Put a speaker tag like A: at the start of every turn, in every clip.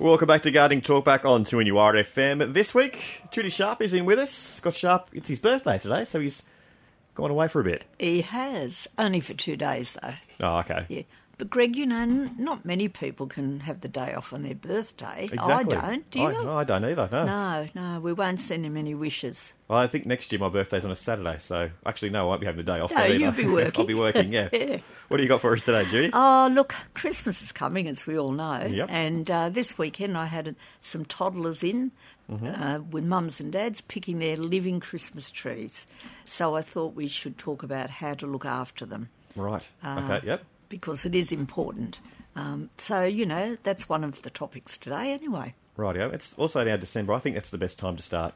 A: Welcome back to Gardening Talk back on 2NUR FM. This week, Judy Sharp is in with us. Scott Sharp, it's his birthday today, so he's gone away for a bit.
B: He has, only for two days though.
A: Oh, okay.
B: Yeah. But Greg, you know, n- not many people can have the day off on their birthday.
A: Exactly.
B: I don't, do you?
A: I, no, I don't either, no.
B: No, no, we won't send him any wishes.
A: Well, I think next year my birthday's on a Saturday, so actually, no, I won't be having the day off.
B: No,
A: then either.
B: you'll be working.
A: I'll be working, yeah.
B: Yeah.
A: What do you got for us today, Judy?
B: Oh, look, Christmas is coming, as we all know.
A: Yep.
B: And uh, this weekend I had some toddlers in
A: Mm-hmm.
B: uh, with mums and dads picking their living Christmas trees. So I thought we should talk about how to look after them.
A: right.
B: Uh.
A: okay, yep.
B: because it is important. Um, so, you know, that's one of the topics today, anyway.
A: Rightio. It's also now December. I think that's the best time to start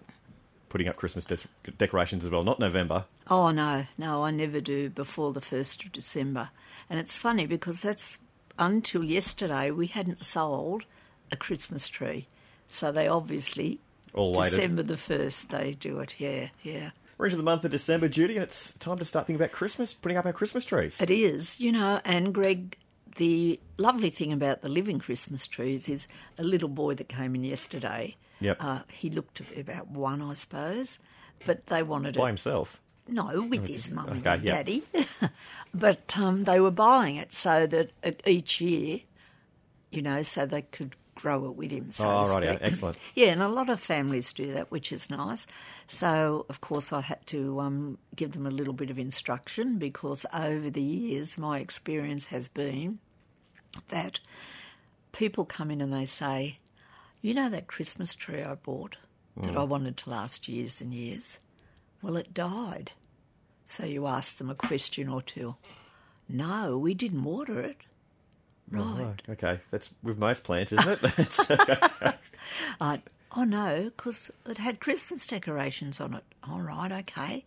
A: putting up Christmas des- decorations as well, not November.
B: Oh, no, no, I never do before the 1st of December. And it's funny because that's until yesterday we hadn't sold a Christmas tree. So they obviously,
A: All waited.
B: December the 1st, they do it. Yeah, yeah.
A: We're into the month of December, Judy, and it's time to start thinking about Christmas, putting up our Christmas trees.
B: It is, you know, and Greg, the lovely thing about the living Christmas trees is a little boy that came in yesterday.
A: Yep.
B: Uh, he looked to be about one, I suppose, but they wanted
A: By
B: it.
A: himself.
B: No, with his mum
A: Okay,
B: and
A: yeah.
B: daddy. but um, they were buying it so that at each year, you know, so they could grow it with him. So
A: Oh,
B: to
A: rightio.
B: speak.
A: Excellent.
B: Yeah, and a lot of families do that, which is nice. So, of course, I had to um, give them a little bit of instruction because over the years, my experience has been that people come in and they say, You know, that Christmas tree I bought that
A: Mm.
B: I wanted to last years and years? Well, it died. So you ask them a question or two. No, we didn't water it. Right.
A: Oh, okay, that's with most plants, isn't it?
B: I, oh no, because it had Christmas decorations on it. All right, okay.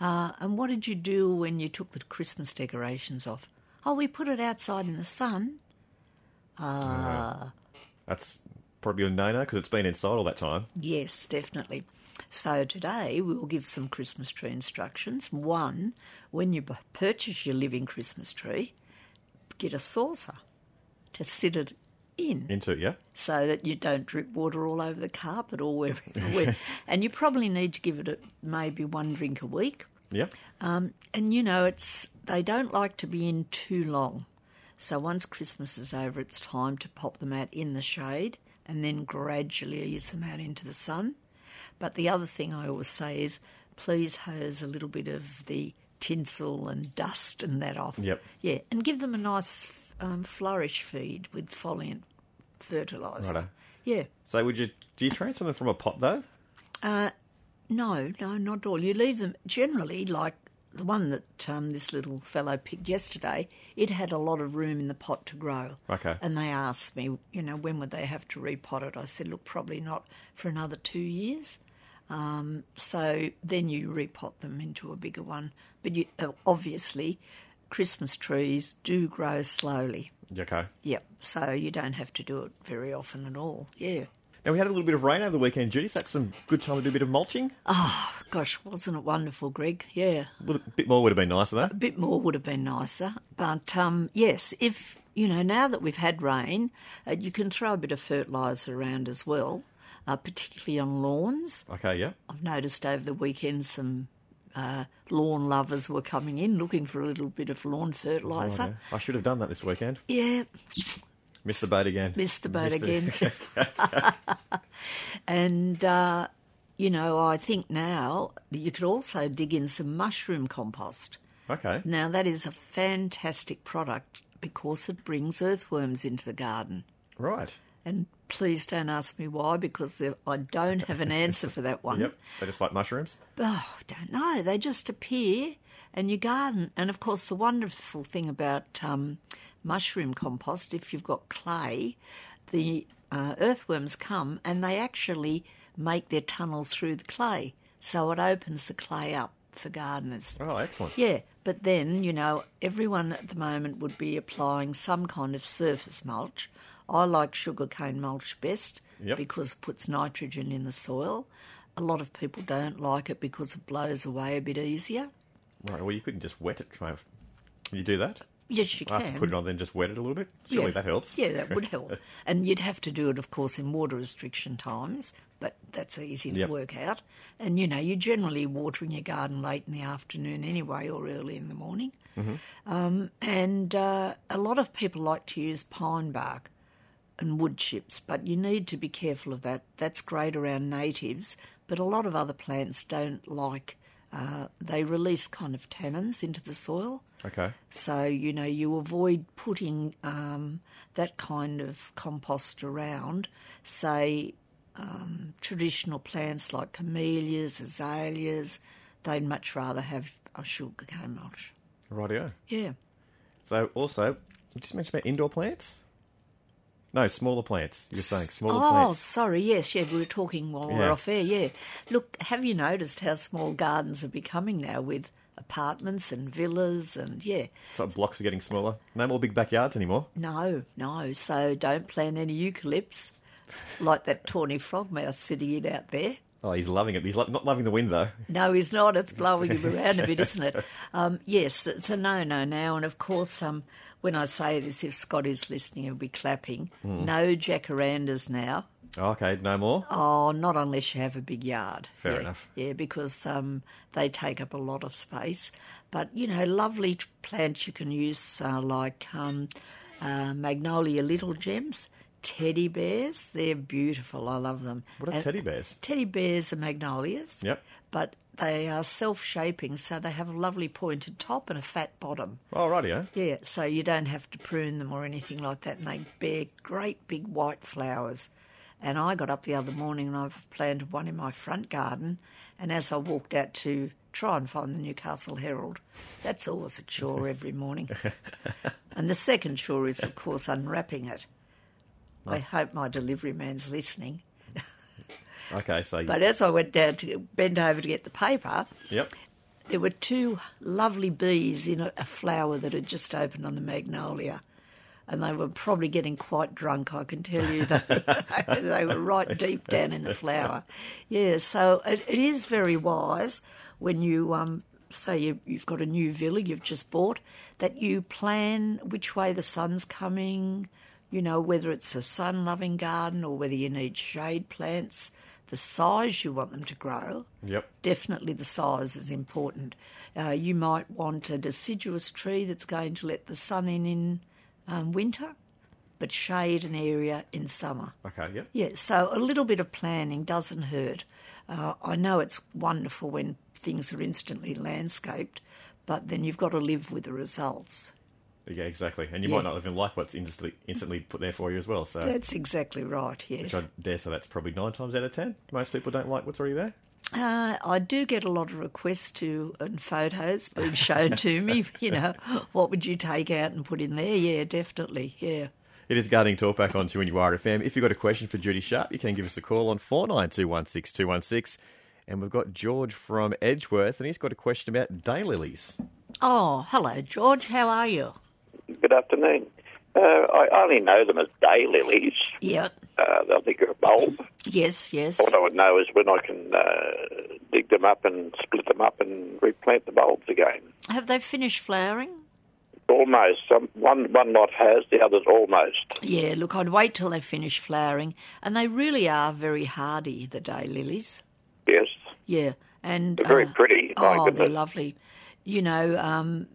B: Uh, and what did you do when you took the Christmas decorations off? Oh, we put it outside in the sun.
A: that's probably a no-no because it's been inside all that time.
B: Yes, definitely. So today we'll give some Christmas tree instructions. One, when you bu- purchase your living Christmas tree, get a saucer to sit it in.
A: Into it, yeah.
B: so that you don't drip water all over the carpet or wherever. where- and you probably need to give it a, maybe one drink a week.
A: Yeah.
B: Um, and you know, it's they don't like to be in too long. So once Christmas is over, it's time to pop them out in the shade and then gradually ease them out into the sun. But the other thing I always say is please hose a little bit of the tinsel and dust and that off.
A: Yep.
B: Yeah, and give them a nice um, flourish feed with foliant fertiliser.
A: Righto.
B: Yeah.
A: So would you do you transfer them from a pot though?
B: No, no, not at all. You leave them generally like the one that um, this little fellow picked yesterday. It had a lot of room in the pot to grow.
A: Okay.
B: And they asked me, you know, when would they have to repot it? I said, look, probably not for another two years. Um, so then you repot them into a bigger one. But you, uh, obviously, Christmas trees do grow slowly.
A: Okay.
B: Yep. So you don't have to do it very often at all. Yeah.
A: Now we had a little bit of rain over the weekend, Judy. So that's some good time to do a bit of mulching.
B: Gosh, wasn't it wonderful, Greg? Yeah.
A: A little bit more would have been nicer though.
B: A bit more would have been nicer. But um, yes, if, you know, now that we've had rain, uh, you can throw a bit of fertiliser around as well, uh, particularly on lawns.
A: Okay, yeah.
B: I've noticed over the weekend some uh, lawn lovers were coming in looking for a little bit of lawn fertiliser.
A: I should have done that this weekend.
B: Yeah,
A: Missed the boat again.
B: missed the boat again. and, uh, you know, I think now that you could also dig in some mushroom compost.
A: Okay.
B: Now, that is a fantastic product because it brings earthworms into the garden.
A: Right.
B: And please don't ask me why because there- I don't have an answer for that one.
A: Yep. So just like mushrooms.
B: Oh, I don't know. They just appear in your garden. And of course, the wonderful thing about um, mushroom compost, if you've got clay, the uh, earthworms come and they actually make their tunnels through the clay. So it opens the clay up for gardeners.
A: Oh, excellent.
B: Yeah, but then, you know, everyone at the moment would be applying some kind of surface mulch. I like sugarcane mulch best
A: Yep.
B: because it puts nitrogen in the soil. A lot of people don't like it because it blows away a bit easier.
A: Right. Well, you couldn't just wet it. Try. Can you do that?
B: Yes, you
A: I
B: can.
A: have to put it on, then just wet it a little bit. Surely
B: Yeah.
A: that helps.
B: Yeah, that would help. and you'd have to do it, of course, in water restriction times, but that's easy to
A: Yep.
B: work out. And you know, you're generally watering your garden late in the afternoon anyway, or early in the morning.
A: Mm-hmm.
B: Um, and uh, a lot of people like to use pine bark and wood chips, but you need to be careful of that. That's great around natives, but a lot of other plants don't like. Uh, they release kind of tannins into the soil.
A: Okay.
B: So, you know, you avoid putting um, that kind of compost around, say, um, traditional plants like camellias, azaleas. They'd much rather have a sugar cane mulch.
A: Rightio.
B: Yeah.
A: So also, you just mentioned about indoor plants. No, smaller plants. You're saying smaller
B: Oh,
A: plants.
B: sorry. Yes, yeah, we were talking while we
A: Yeah.
B: we're off air. Yeah. Look, have you noticed how small gardens are becoming now with apartments and villas and, yeah.
A: So blocks are getting smaller. No more big backyards anymore.
B: No, no. So don't plant any eucalypts like that tawny frog mouse sitting in out there.
A: Oh, he's loving it. He's lo- not loving the wind though.
B: No, he's not. It's blowing him around a bit, isn't it? Um, yes, it's a no no now. And of course, um, when I say this, if Scott is listening, he'll be clapping. No jacarandas now.
A: Okay, no more.
B: Oh, not unless you have a big yard.
A: Fair
B: Yeah.
A: enough.
B: Yeah, because um, they take up a lot of space. But, you know, lovely t- plants you can use uh, like um, uh, magnolia little gems, teddy bears. They're beautiful. I love them.
A: What are
B: And
A: teddy bears?
B: Teddy bears are magnolias.
A: Yep.
B: But they are self shaping, so they have a lovely pointed top and a fat bottom.
A: Oh, rightio.
B: Yeah, so you don't have to prune them or anything like that, and they bear great big white flowers. And I got up the other morning and I've planted one in my front garden. And as I walked out to try and find the Newcastle Herald, that's always a chore every morning. and the second chore is, of course, unwrapping it. I hope my delivery man's listening.
A: Okay, so
B: But as I went down to bend over to get the paper,
A: yep.
B: there were two lovely bees in a, a flower that had just opened on the magnolia. And they were probably getting quite drunk, I can tell you. They, they were right deep down in the flower. Yeah, so it, it is very wise when you um, say you, you've got a new villa you've just bought that you plan which way the sun's coming, you know, whether it's a sun loving garden or whether you need shade plants, the size you want them to grow
A: Yep.
B: definitely the size is important. Uh, you might want a deciduous tree that's going to let the sun in in um, winter, but shade an area in summer.
A: Okay, yep.
B: Yeah, so a little bit of planning doesn't hurt. Uh, I know it's wonderful when things are instantly landscaped, but then you've got to live with the results.
A: Yeah, exactly. And you
B: Yeah.
A: might not even like what's instantly instantly put there for you as well. So
B: That's exactly right, yes.
A: I dare say that's probably nine times out of ten. Most people don't like what's already there.
B: Uh, I do get a lot of requests to and photos being shown to me. You know, what would you take out and put in there? Yeah, definitely. Yeah.
A: It is Gardening Talk back on 2NUR FM. If you've got a question for Judy Sharp, you can give us a call on 49216216. And we've got George from Edgeworth, and he's got a question about daylilies.
B: Oh, hello, George. How are you?
C: Good afternoon. Uh, I only know them as daylilies.
B: Yeah.
C: Uh, they'll dig a bulb.
B: Yes. Yes.
C: What I would know is when I can uh, dig them up and split them up and replant the bulbs again.
B: Have they finished flowering?
C: Almost. Um, one one lot has, the other's almost.
B: Yeah. Look, I'd wait till they finish flowering, and they really are very hardy, the day lilies.
C: Yes.
B: Yeah. And
C: They're very
B: uh,
C: pretty. My
B: Oh, they're
C: goodness.
B: lovely. You know, um,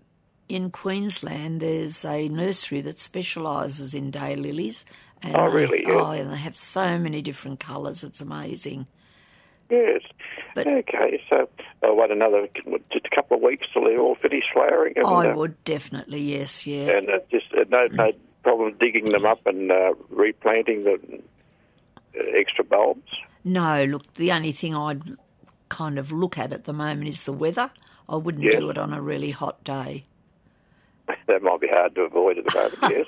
B: in Queensland, there's a nursery that specialises in daylilies. And
C: Oh,
B: they-
C: really? Yeah.
B: Oh, and they have so many different colours. It's amazing.
C: Yes.
B: But-
C: okay, so I'll wait another just a couple of weeks till they all finish flowering. And,
B: I
C: uh,
B: would definitely, yes, yeah.
C: And uh, just uh, no, no problem digging them up and uh, replanting the uh, extra bulbs.
B: No, look, the only thing I'd kind of look at at the moment is the weather. I wouldn't
C: Yes.
B: do it on a really hot day.
C: That might be hard to avoid at the moment,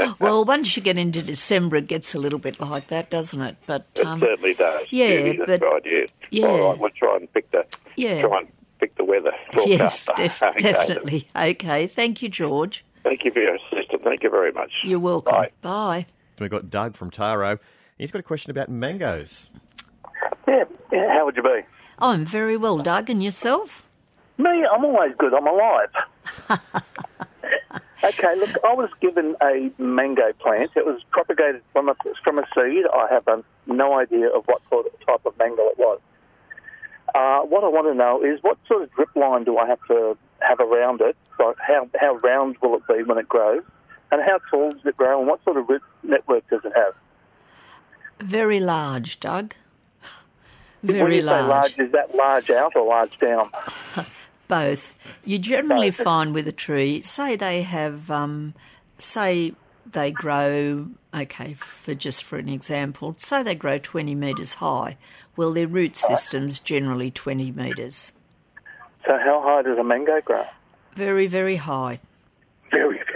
C: yes.
B: Well, once you get into December, it gets a little bit like that, doesn't it? But
C: It
B: um,
C: certainly does.
B: yeah,
C: Judy, that's
B: but-
C: right, yes.
B: yeah.
C: All right, we'll try and pick the
B: Yeah.
C: try and pick the weather
B: yes,
C: forecaster.
B: def-
C: Okay.
B: definitely. Okay, thank you, George.
C: Thank you for your assistance. Thank you very much.
B: You're welcome.
C: Bye.
B: Bye.
A: Then we've got Doug from Taro. He's got a question about mangoes.
D: Yeah, yeah, how would you be?
B: I'm very well, Doug, and yourself?
D: Me, I'm always good. I'm alive. Okay, look, I was given a mango plant. It was propagated from a, from a seed. I have um, no idea of what sort of type of mango it was. Uh, what I want to know is what sort of drip line do I have to have around it? So how, how round will it be when it grows? And how tall does it grow? And what sort of root network does it have?
B: Very large, Doug.
D: when
B: Very
D: you
B: large.
D: say large, is that large out or large down?
B: Both. You generally
D: Both.
B: find with a tree, say they have, um, say they grow, okay, for just for an example, say they grow 20 metres high. Well, their root system's generally 20 metres.
D: So how high does a mango grow?
B: Very, very high.
D: Very, very high.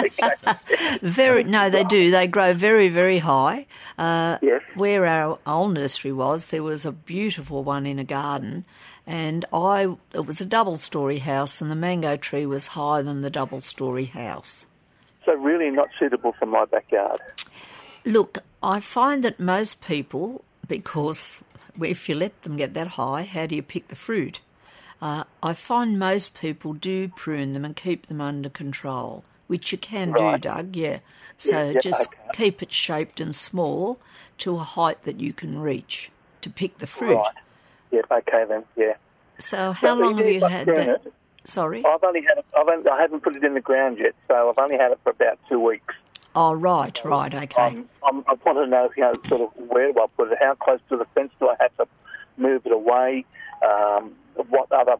D: Okay.
B: Very no, they do. They grow very, very high.
D: yes.
B: Where our old nursery was, there was a beautiful one in a garden, and I it was a double-story house, and the mango tree was higher than the double-story house.
D: So really not suitable for my backyard.
B: Look, I find that most people, because if you let them get that high, how do you pick the fruit? Uh, I find most people do prune them and keep them under control, which you can
D: Right.
B: do, Doug, yeah. So
D: Yeah, yeah,
B: just
D: okay.
B: keep it shaped and small to a height that you can reach to pick the fruit.
D: Right. Yep. Okay then. Yeah.
B: So how
D: But
B: long have
D: even
B: you
D: if I
B: had
D: prune
B: that?
D: it,
B: Sorry?
D: I've only had it. I've only, I haven't put it in the ground yet, so I've only had it for about two weeks.
B: Oh, right, right, okay.
D: Um, I'm, I want to know, you know, sort of where do I put it? How close to the fence do I have to move it away? Um, what other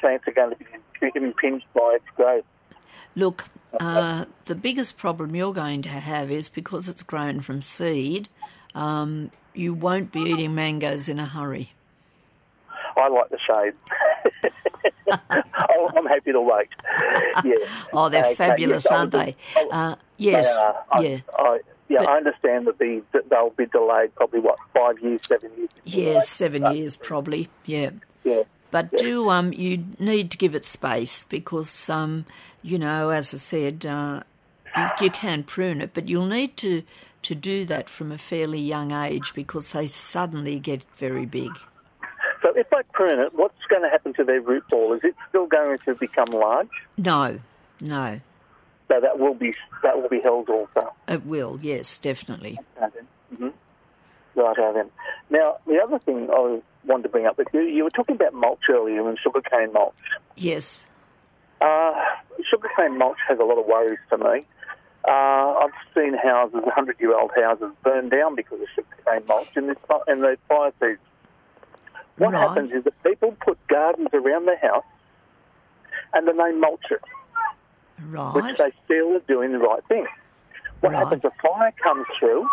D: plants are going to be impinged by its growth?
B: Look, uh, the biggest problem you're going to have is because it's grown from seed, um, you won't be eating mangoes in a hurry.
D: I like the shade. Oh, I'm happy to wait. Yeah.
B: Oh, they're
D: Okay,
B: fabulous,
D: yes, I
B: aren't
D: would-
B: they?
D: I would-
B: Uh,
D: They
B: yes,
D: are. I,
B: yeah.
D: I, yeah,
B: But-
D: I understand that, the, that they'll be delayed probably, what, five years, seven years?
B: Yes, seven years probably. Yeah.
D: Yeah.
B: But do um, you need to give it space because um, you know, as I said, uh, you, you can prune it, but you'll need to to do that from a fairly young age because they suddenly get very big.
D: So if I prune it, what's going to happen to their root ball? Is it still going to become large?
B: No, no,
D: So that will be that will be held also.
B: it will. Yes, definitely.
D: Mm-hmm. Right, then. Now, the other thing I wanted to bring up with you, you were talking about mulch earlier and sugarcane mulch.
B: Yes.
D: Uh, sugarcane mulch has a lot of worries for me. Uh, I've seen houses, 100 year old houses, burn down because of sugarcane mulch in, this, in the fire season. What
B: Right.
D: happens is that people put gardens around their house and then they mulch it, which
B: Right.
D: they feel are doing the right thing. What
B: Right.
D: happens? A fire comes through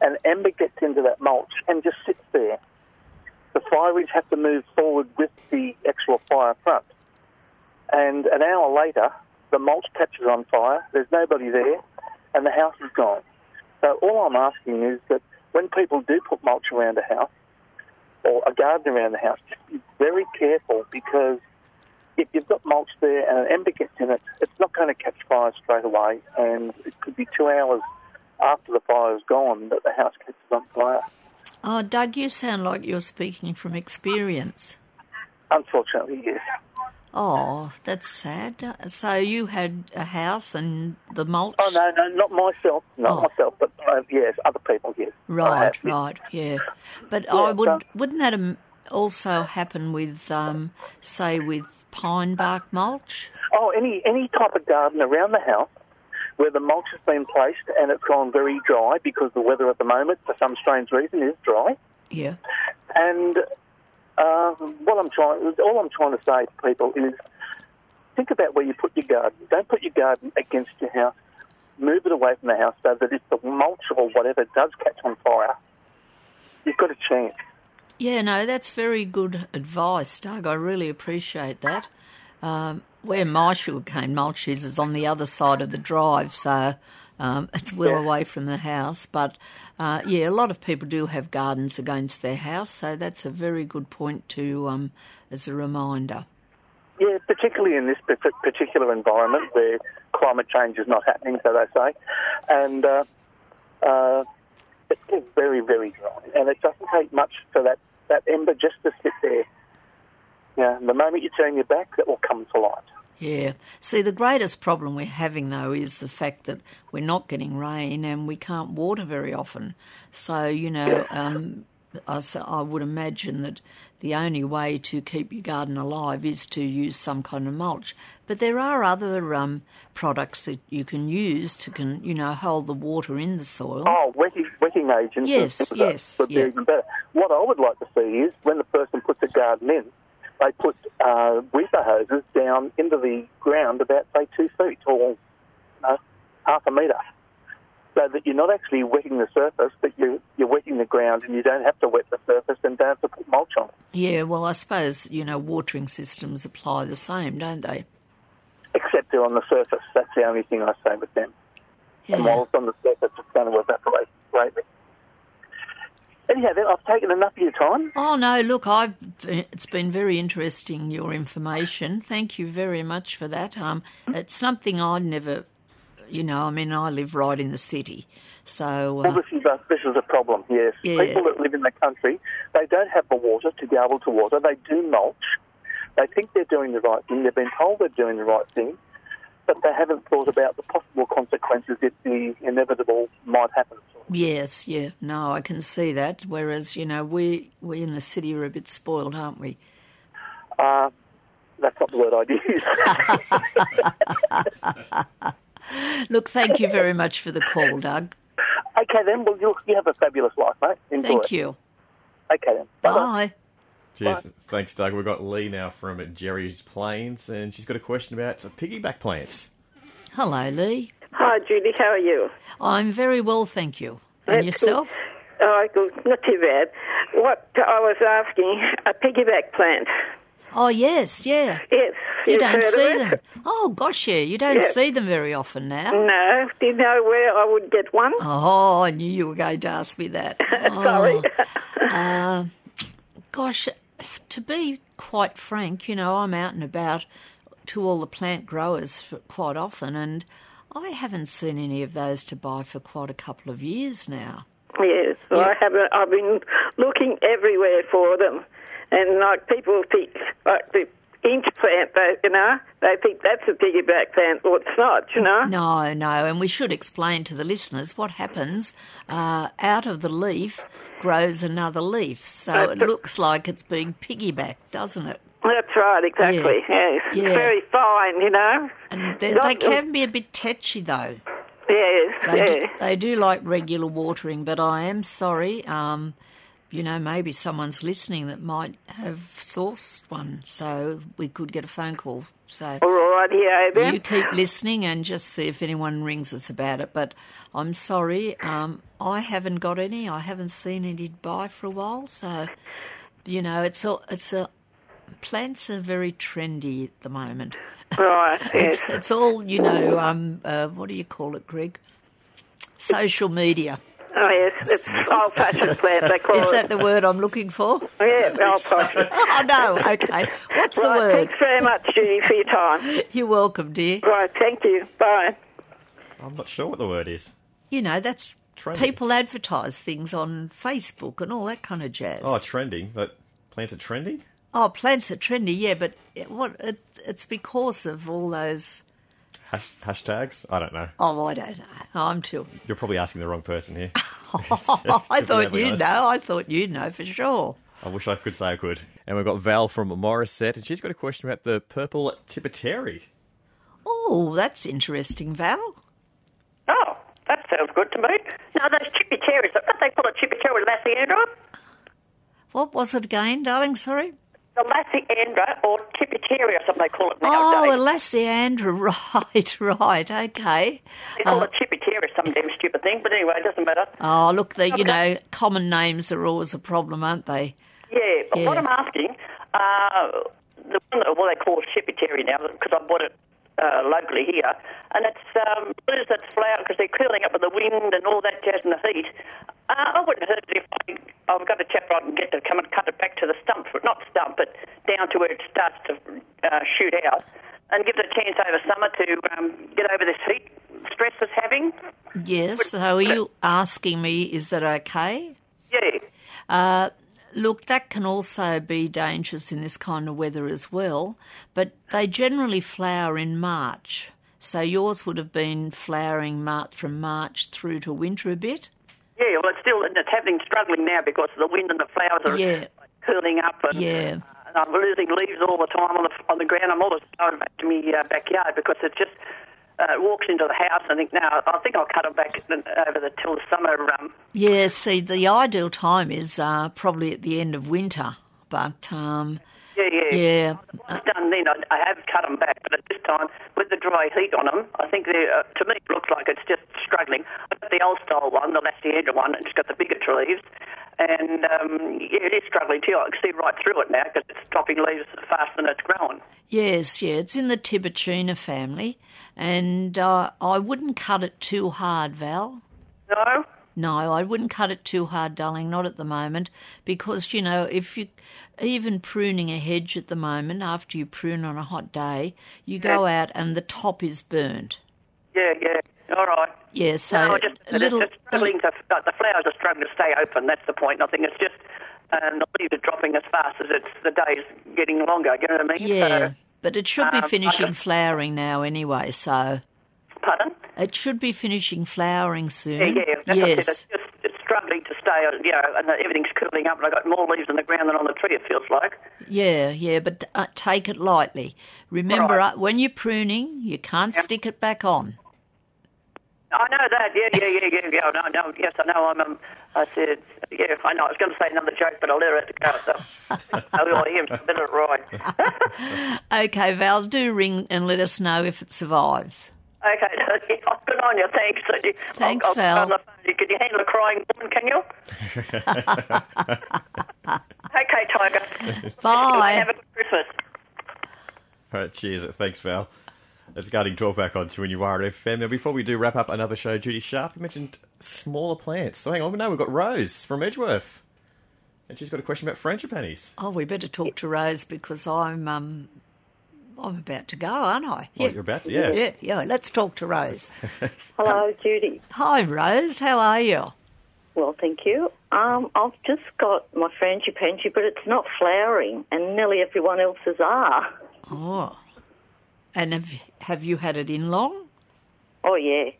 D: and amber gets into that mulch and just sits there. The fire ridge has to move forward with the actual fire front. And an hour later, the mulch catches on fire, there's nobody there, and the house is gone. So all I'm asking is that when people do put mulch around a house or a garden around the house, just be very careful because if you've got mulch there and an ember gets in it, it's not going to catch fire straight away, and it could be two hours after the fire is gone that the house catches on fire.
B: Oh, Doug, you sound like you're speaking from experience.
D: Unfortunately, yes.
B: Oh, that's sad. So you had a house and the mulch.
D: Oh no, no, not myself, not
B: Oh.
D: myself, but uh, yes, other people, yes. I
B: Right,
D: have, yes.
B: right, yeah. But
D: Yeah,
B: I would
D: so-
B: wouldn't that um, also happen with um, say with pine bark mulch?
D: Oh, any any type of garden around the house where the mulch has been placed and it's gone very dry because the weather at the moment, for some strange reason, is dry.
B: Yeah.
D: And uh, what I'm trying, all I'm trying to say to people is, think about where you put your garden. Don't put your garden against your house. Move it away from the house so that if the mulch or whatever does catch on fire, you've got a chance.
B: Yeah, no, that's very good advice, Doug. I really appreciate that. Um, where my sugarcane mulch is is on the other side of the drive, so um, it's well
D: Yeah.
B: away from the house. But uh, yeah, a lot of people do have gardens against their house, so that's a very good point to um, as a reminder.
D: Yeah, particularly in this partic- particular environment where climate change is not happening, so they say, and uh, uh, it gets very, very dry, and it doesn't take much for that, that ember just to sit there. Yeah, and the moment you turn your back, it will come to light.
B: Yeah. See, the greatest problem we're having though is the fact that we're not getting rain and we can't water very often. So, you know, um, I, s- I would imagine that the only way to keep your garden alive is to use some kind of mulch. But there are other um, products that you can use to can you know hold the water in the soil.
D: Oh, wetting, wetting agents. and
B: Yes,
D: things like
B: yes,
D: that Would
B: yeah.
D: be even better. What I would like to see is when the person puts a garden in, they put uh, reaper hoses down into the ground about, say, two feet or uh, half a metre. So that you're not actually wetting the surface, but you, you're wetting the ground and you don't have to wet the surface and don't have to put mulch on.
B: Yeah, well, I suppose you know watering systems apply the same, don't they?
D: Except they're on the surface. That's the only thing I say with them. and while
B: Yeah.
D: it's on the surface, it's going to evaporate greatly. Anyhow, then I've taken enough of your time.
B: Oh no! Look, I've been, it's been very interesting your information. Thank you very much for that. Um, it's something I never, you know, I mean, I live right in the city, so
D: Well,
B: uh,
D: this is a, this is a problem. Yes,
B: Yeah.
D: people that live in the country, they don't have the water to be able to water. They do mulch. They think they're doing the right thing. They've been told they're doing the right thing, but they haven't thought about the possible consequences if the inevitable might happen.
B: yes, yeah, no, I can see that. Whereas, you know, we we in the city are a bit spoiled, aren't we?
D: Uh, that's not the word I'd use.
B: Look, thank you very much for the call, Doug.
D: okay, then. Well, you, you have a fabulous life, mate. Enjoy
B: Thank
D: it.
B: you.
D: Okay, then. Bye-bye.
B: Bye.
A: Cheers. Thanks, Doug. We've got Lee now from Jerry's Plains, and she's got a question about piggyback plants.
B: Hello, Lee.
E: Hi, Judy. How are you?
B: I'm very well, thank you. And
E: That's
B: yourself?
E: good. Oh, good. Not too bad. What I was asking, a piggyback plant.
B: Oh yes, yeah.
E: Yes.
B: You
E: you've
B: don't
E: heard of
B: see
E: it?
B: them. Oh gosh, yeah, you don't
E: Yeah.
B: see them very often now.
E: No. Do you know where I would get one?
B: Oh, I knew you were going to ask me that. Oh,
E: Sorry.
B: Gosh, to be quite frank, you know, I'm out and about to all the plant growers for quite often, and I haven't seen any of those to buy for quite a couple of years now.
E: yes. Well,
B: Yeah.
E: I haven't. I've been looking everywhere for them, and like people think, like the inch plant, they, you know, they think that's a piggyback plant, or it's not, you know.
B: No, no, and we should explain to the listeners what happens. Uh, out of the leaf grows another leaf, so it looks like it's being piggybacked, doesn't it?
E: That's right. Exactly. Yes.
B: Yeah.
E: Very fine, you know.
B: And they,
E: Not-
B: they can be a bit tetchy, though.
E: Yes.
B: They, do,
E: yes.
B: they do like regular watering, but I am sorry. Um, you know, maybe someone's listening that might have sourced one, so we could get a phone call. So
E: All right, Oh, yeah, then.
B: you keep listening and just see if anyone rings us about it. But I'm sorry, um, I haven't got any. I haven't seen any to buy for a while, so you know, it's a, it's a plants are very trendy at the moment.
E: Right, yes.
B: It's all, you know, um, uh, what do you call it, Greg? Social media.
E: Oh, yes, it's old fashioned plant, they call
B: Is that
E: it.
B: the word I'm looking for?
E: Yeah, old fashioned.
B: Oh, no, okay. What's the
E: Right,
B: word?
E: thanks very much, Judy, for your time.
B: You're welcome, dear.
E: Right, thank you. Bye.
A: I'm not sure what the word is.
B: You know, that's
A: Trendy.
B: people advertise things on Facebook and all that kind of jazz.
A: Oh, trending. That plants are trending.
B: Oh, plants are trendy, yeah, but it, what it, it's because of all those.
A: Hash, hashtags. I don't know.
B: Oh, I don't know. I'm too.
A: You're probably asking the wrong person here.
B: I
A: be
B: thought you'd
A: honest.
B: know. I thought you'd know for sure.
A: I wish I could say I could. And we've got Val from Morissette, and she's got a question about the purple tipiteri.
B: Oh, that's interesting, Val.
F: Oh, that sounds good to me. Now, those chippy cherries, don't they call it chippy cherry lathiandra?
B: What was it again, darling? Sorry.
F: The lathiandra or chippy cherry or something they call it
B: Oh,
F: nowadays.
B: Alessiandra, right, right, okay.
F: they call it chippy cherry, some damn stupid thing, but anyway, it doesn't matter.
B: Oh, look, the, you
F: Okay.
B: know, common names are always a problem, aren't they?
F: yeah, but what
B: yeah.
F: I'm asking, uh, the one that, well, they call chippy cherry now because I bought it uh, locally here, and it's, um, what is that flower? Because they're curling up with the wind and all that jazz and the heat. Uh, I wouldn't hurt it if I, I've got a chap I can get to come and cut it back to the stump, not stump, but down to where it starts to uh, shoot out, and give it a chance over summer to um, get over this heat stress it's having.
B: Yes. So, are you asking me, is that okay?
F: Yeah.
B: Look, that can also be dangerous in this kind of weather as well, but they generally flower in March. So yours would have been flowering March from March through to winter a bit.
F: Yeah, well, it's still and it's happening, struggling now because of the wind and the flowers are
B: Yeah.
F: curling up. And,
B: Yeah.
F: and I'm losing leaves all the time on the on the ground. I'm always going back to my uh, backyard because it just uh, walks into the house. I think now I think I'll cut them back in- over the till summer. Um,
B: Yeah, see, the ideal time is uh, probably at the end of winter, but um,
F: yeah, yeah.
B: yeah,
F: What I've done then, I, I have cut them back, but at this time, with the dry heat on them, I think they're, uh, to me it looks like it's just struggling. I've got the old style one, the Lastiaga one, and it's got the bigger leaves, and um, yeah, it is struggling too. I can see right through it now because it's dropping leaves faster than it's growing.
B: Yes, yeah, it's in the Tiburtina family, and uh, I wouldn't cut it too hard, Val.
F: No?
B: No, I wouldn't cut it too hard, darling, not at the moment, because you know, if you even pruning a hedge at the moment after you prune on a hot day, you
F: Mm.
B: go out and the top is burnt.
F: Yeah, yeah. All right.
B: Yeah, so
F: no, I just,
B: a little
F: it's just struggling to, uh, the flowers are struggling to stay open. That's the point. I think it's just, and the leaves are dropping as fast as it's the day's getting longer. You know what I mean?
B: yeah,
F: So,
B: but it should be
F: um, I
B: finishing
F: just-
B: flowering now anyway, so
F: pardon?
B: it should be finishing flowering soon.
F: Yeah, yeah. That's what I said.
B: Mm-hmm. yes.
F: It's just it's struggling to stay, uh, you know, and everything's curling up, and I've got more leaves on the ground than on the tree, it feels like.
B: Yeah, yeah, but uh, take it lightly. Remember,
F: Right.
B: uh, when you're pruning, you can't stick it back on.
F: I know that, yeah, yeah, yeah, yeah, yeah. No, no, yes, I know. I'm, um, I said, yeah, I know. I was going to say another joke, but I'll let it go. So, oh, who I am, so let it ride.
B: Okay, Val, do ring and let us know if it survives.
F: Okay, good on you. Thanks.
B: Thanks,
F: I'll,
B: Val.
F: I'll, Val. Can you handle a crying woman, can you? okay, Tiger.
B: Bye.
F: Have a good Christmas.
A: All right, cheers. Uh, Thanks, Val. It's guarding talk back on to when you are at FM. Now, before we do wrap up another show, Judy Sharp, you mentioned smaller plants. So hang on, now we've got Rose from Edgeworth. And she's got a question about frangipanis.
B: Oh, we better talk to Rose because I'm um, I'm about to go, aren't I?
A: Oh, you're about to, yeah.
B: yeah, yeah. Let's talk to Rose.
G: Hello, Judy.
B: Hi, Rose. How are you?
G: Well, thank you. Um, I've just got my frangipani, but it's not flowering, and nearly everyone else's are.
B: Oh, and have have you had it in long?
G: Oh yeah,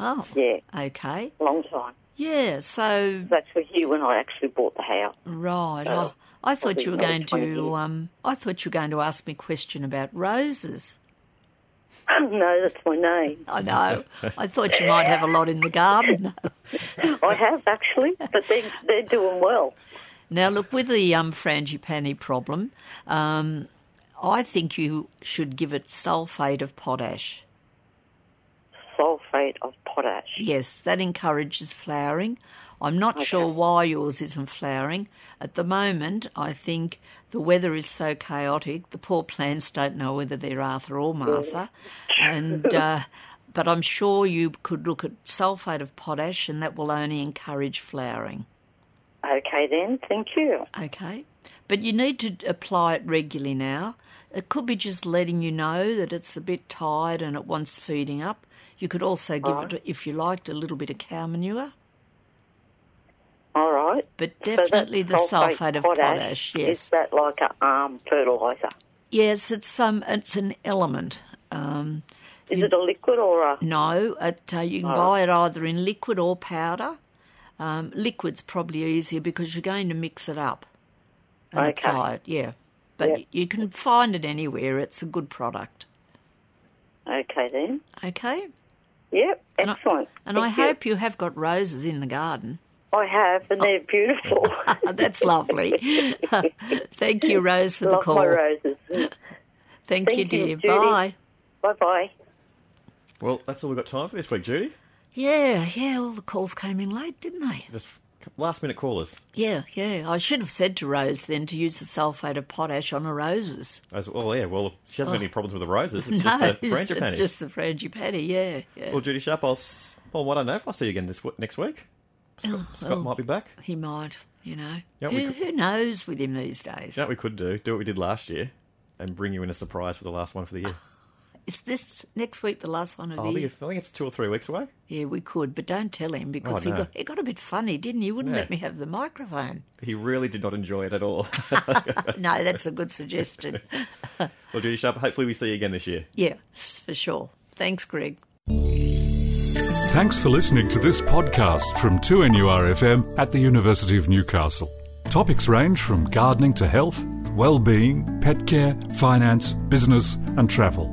B: Oh,
G: Yeah.
B: Okay,
G: long time.
B: yeah. So
G: That's with you when I actually bought the house.
B: Right. Oh,
F: Uh,
G: So,
B: I, I thought
G: probably
B: you were
G: another
B: going
G: 20 years.
B: to. Um, I thought you were going to ask me a question about roses.
G: no, that's my name.
B: I know. I thought you might have a lot in the garden.
G: I have actually, but they they're doing well.
B: now, look, with the um, frangipani problem, um, I think you should give it sulfate of potash.
G: Sulfate of potash.
B: Yes, that encourages flowering. I'm not sure why yours isn't flowering. At the moment, I think the weather is so chaotic, the poor plants don't know whether they're Arthur or Martha. And, uh, but I'm sure you could look at sulfate of potash, and that will only encourage flowering.
G: Okay then, thank you.
B: Okay. But you need to apply it regularly now. It could be just letting you know that it's a bit tired and it wants feeding up. You could also give it, if you liked, a little bit of cow manure.
G: All right.
B: But
G: So
B: definitely the
G: that's
B: sulfate of potash,
G: Is
B: yes.
G: that like a um, fertilizer?
B: Yes, it's some. It's an element. Um,
G: Is it a liquid or a?
B: no, it, uh, you can
G: Oh.
B: buy it either in liquid or powder. Um, liquid's probably easier because you're going to mix it up and
G: Okay.
B: apply it. Yeah, but
G: Yeah.
B: y you can find it anywhere. It's a good product.
G: Okay then.
B: Okay,
G: Yep.
B: And I-
G: Excellent.
B: and
G: Thank
B: I
G: you.
B: hope Oh. you have got roses in the garden.
G: I have, and they're beautiful.
B: That's lovely. Thank you, Rose, for the
G: Love
B: call.
G: my roses.
B: Thank,
G: Thank
B: you,
G: you,
B: dear.
G: Judy.
B: Bye.
G: bye bye.
A: Well, that's all we've got time for this week, Judy.
B: Yeah, yeah. All the calls came in late, didn't they?
A: Just last minute callers.
B: Yeah, yeah. I should have said to Rose then to use the sulfate of potash on her roses.
A: As, well, yeah, well, she hasn't had any problems with the roses. It's
B: Oh. no,
A: just a
B: it's, it's
A: frangipani.
B: just the frangipani. Yeah, yeah.
A: Well, Judy Sharp, I'll, s- well, what I don't know if I'll see you again this w- next week. Scott, Scott
B: Oh, well.
A: might be back.
B: he might, you know.
A: Yeah, we
B: who,
A: could-
B: who knows with him these days?
A: You know what we could do? Do what we did last year and bring you in a surprise for the last one for the year.
B: Is this next week the last one of
A: Oh, I
B: the
A: think
B: year?
A: it's- I think it's two or three weeks away.
B: Yeah, we could, but don't tell him because
A: no.
B: he, got, he got a bit funny, didn't he? He wouldn't
A: Yeah.
B: let me have the microphone.
A: He really did not enjoy it at all.
B: no, that's a good suggestion.
A: well, Judy Sharp, hopefully we see you again this year.
B: Yeah, s- for sure. Thanks, Greg.
H: Thanks for listening to this podcast from 2NURFM at the University of Newcastle. Topics range from gardening to health, well-being, pet care, finance, business and travel.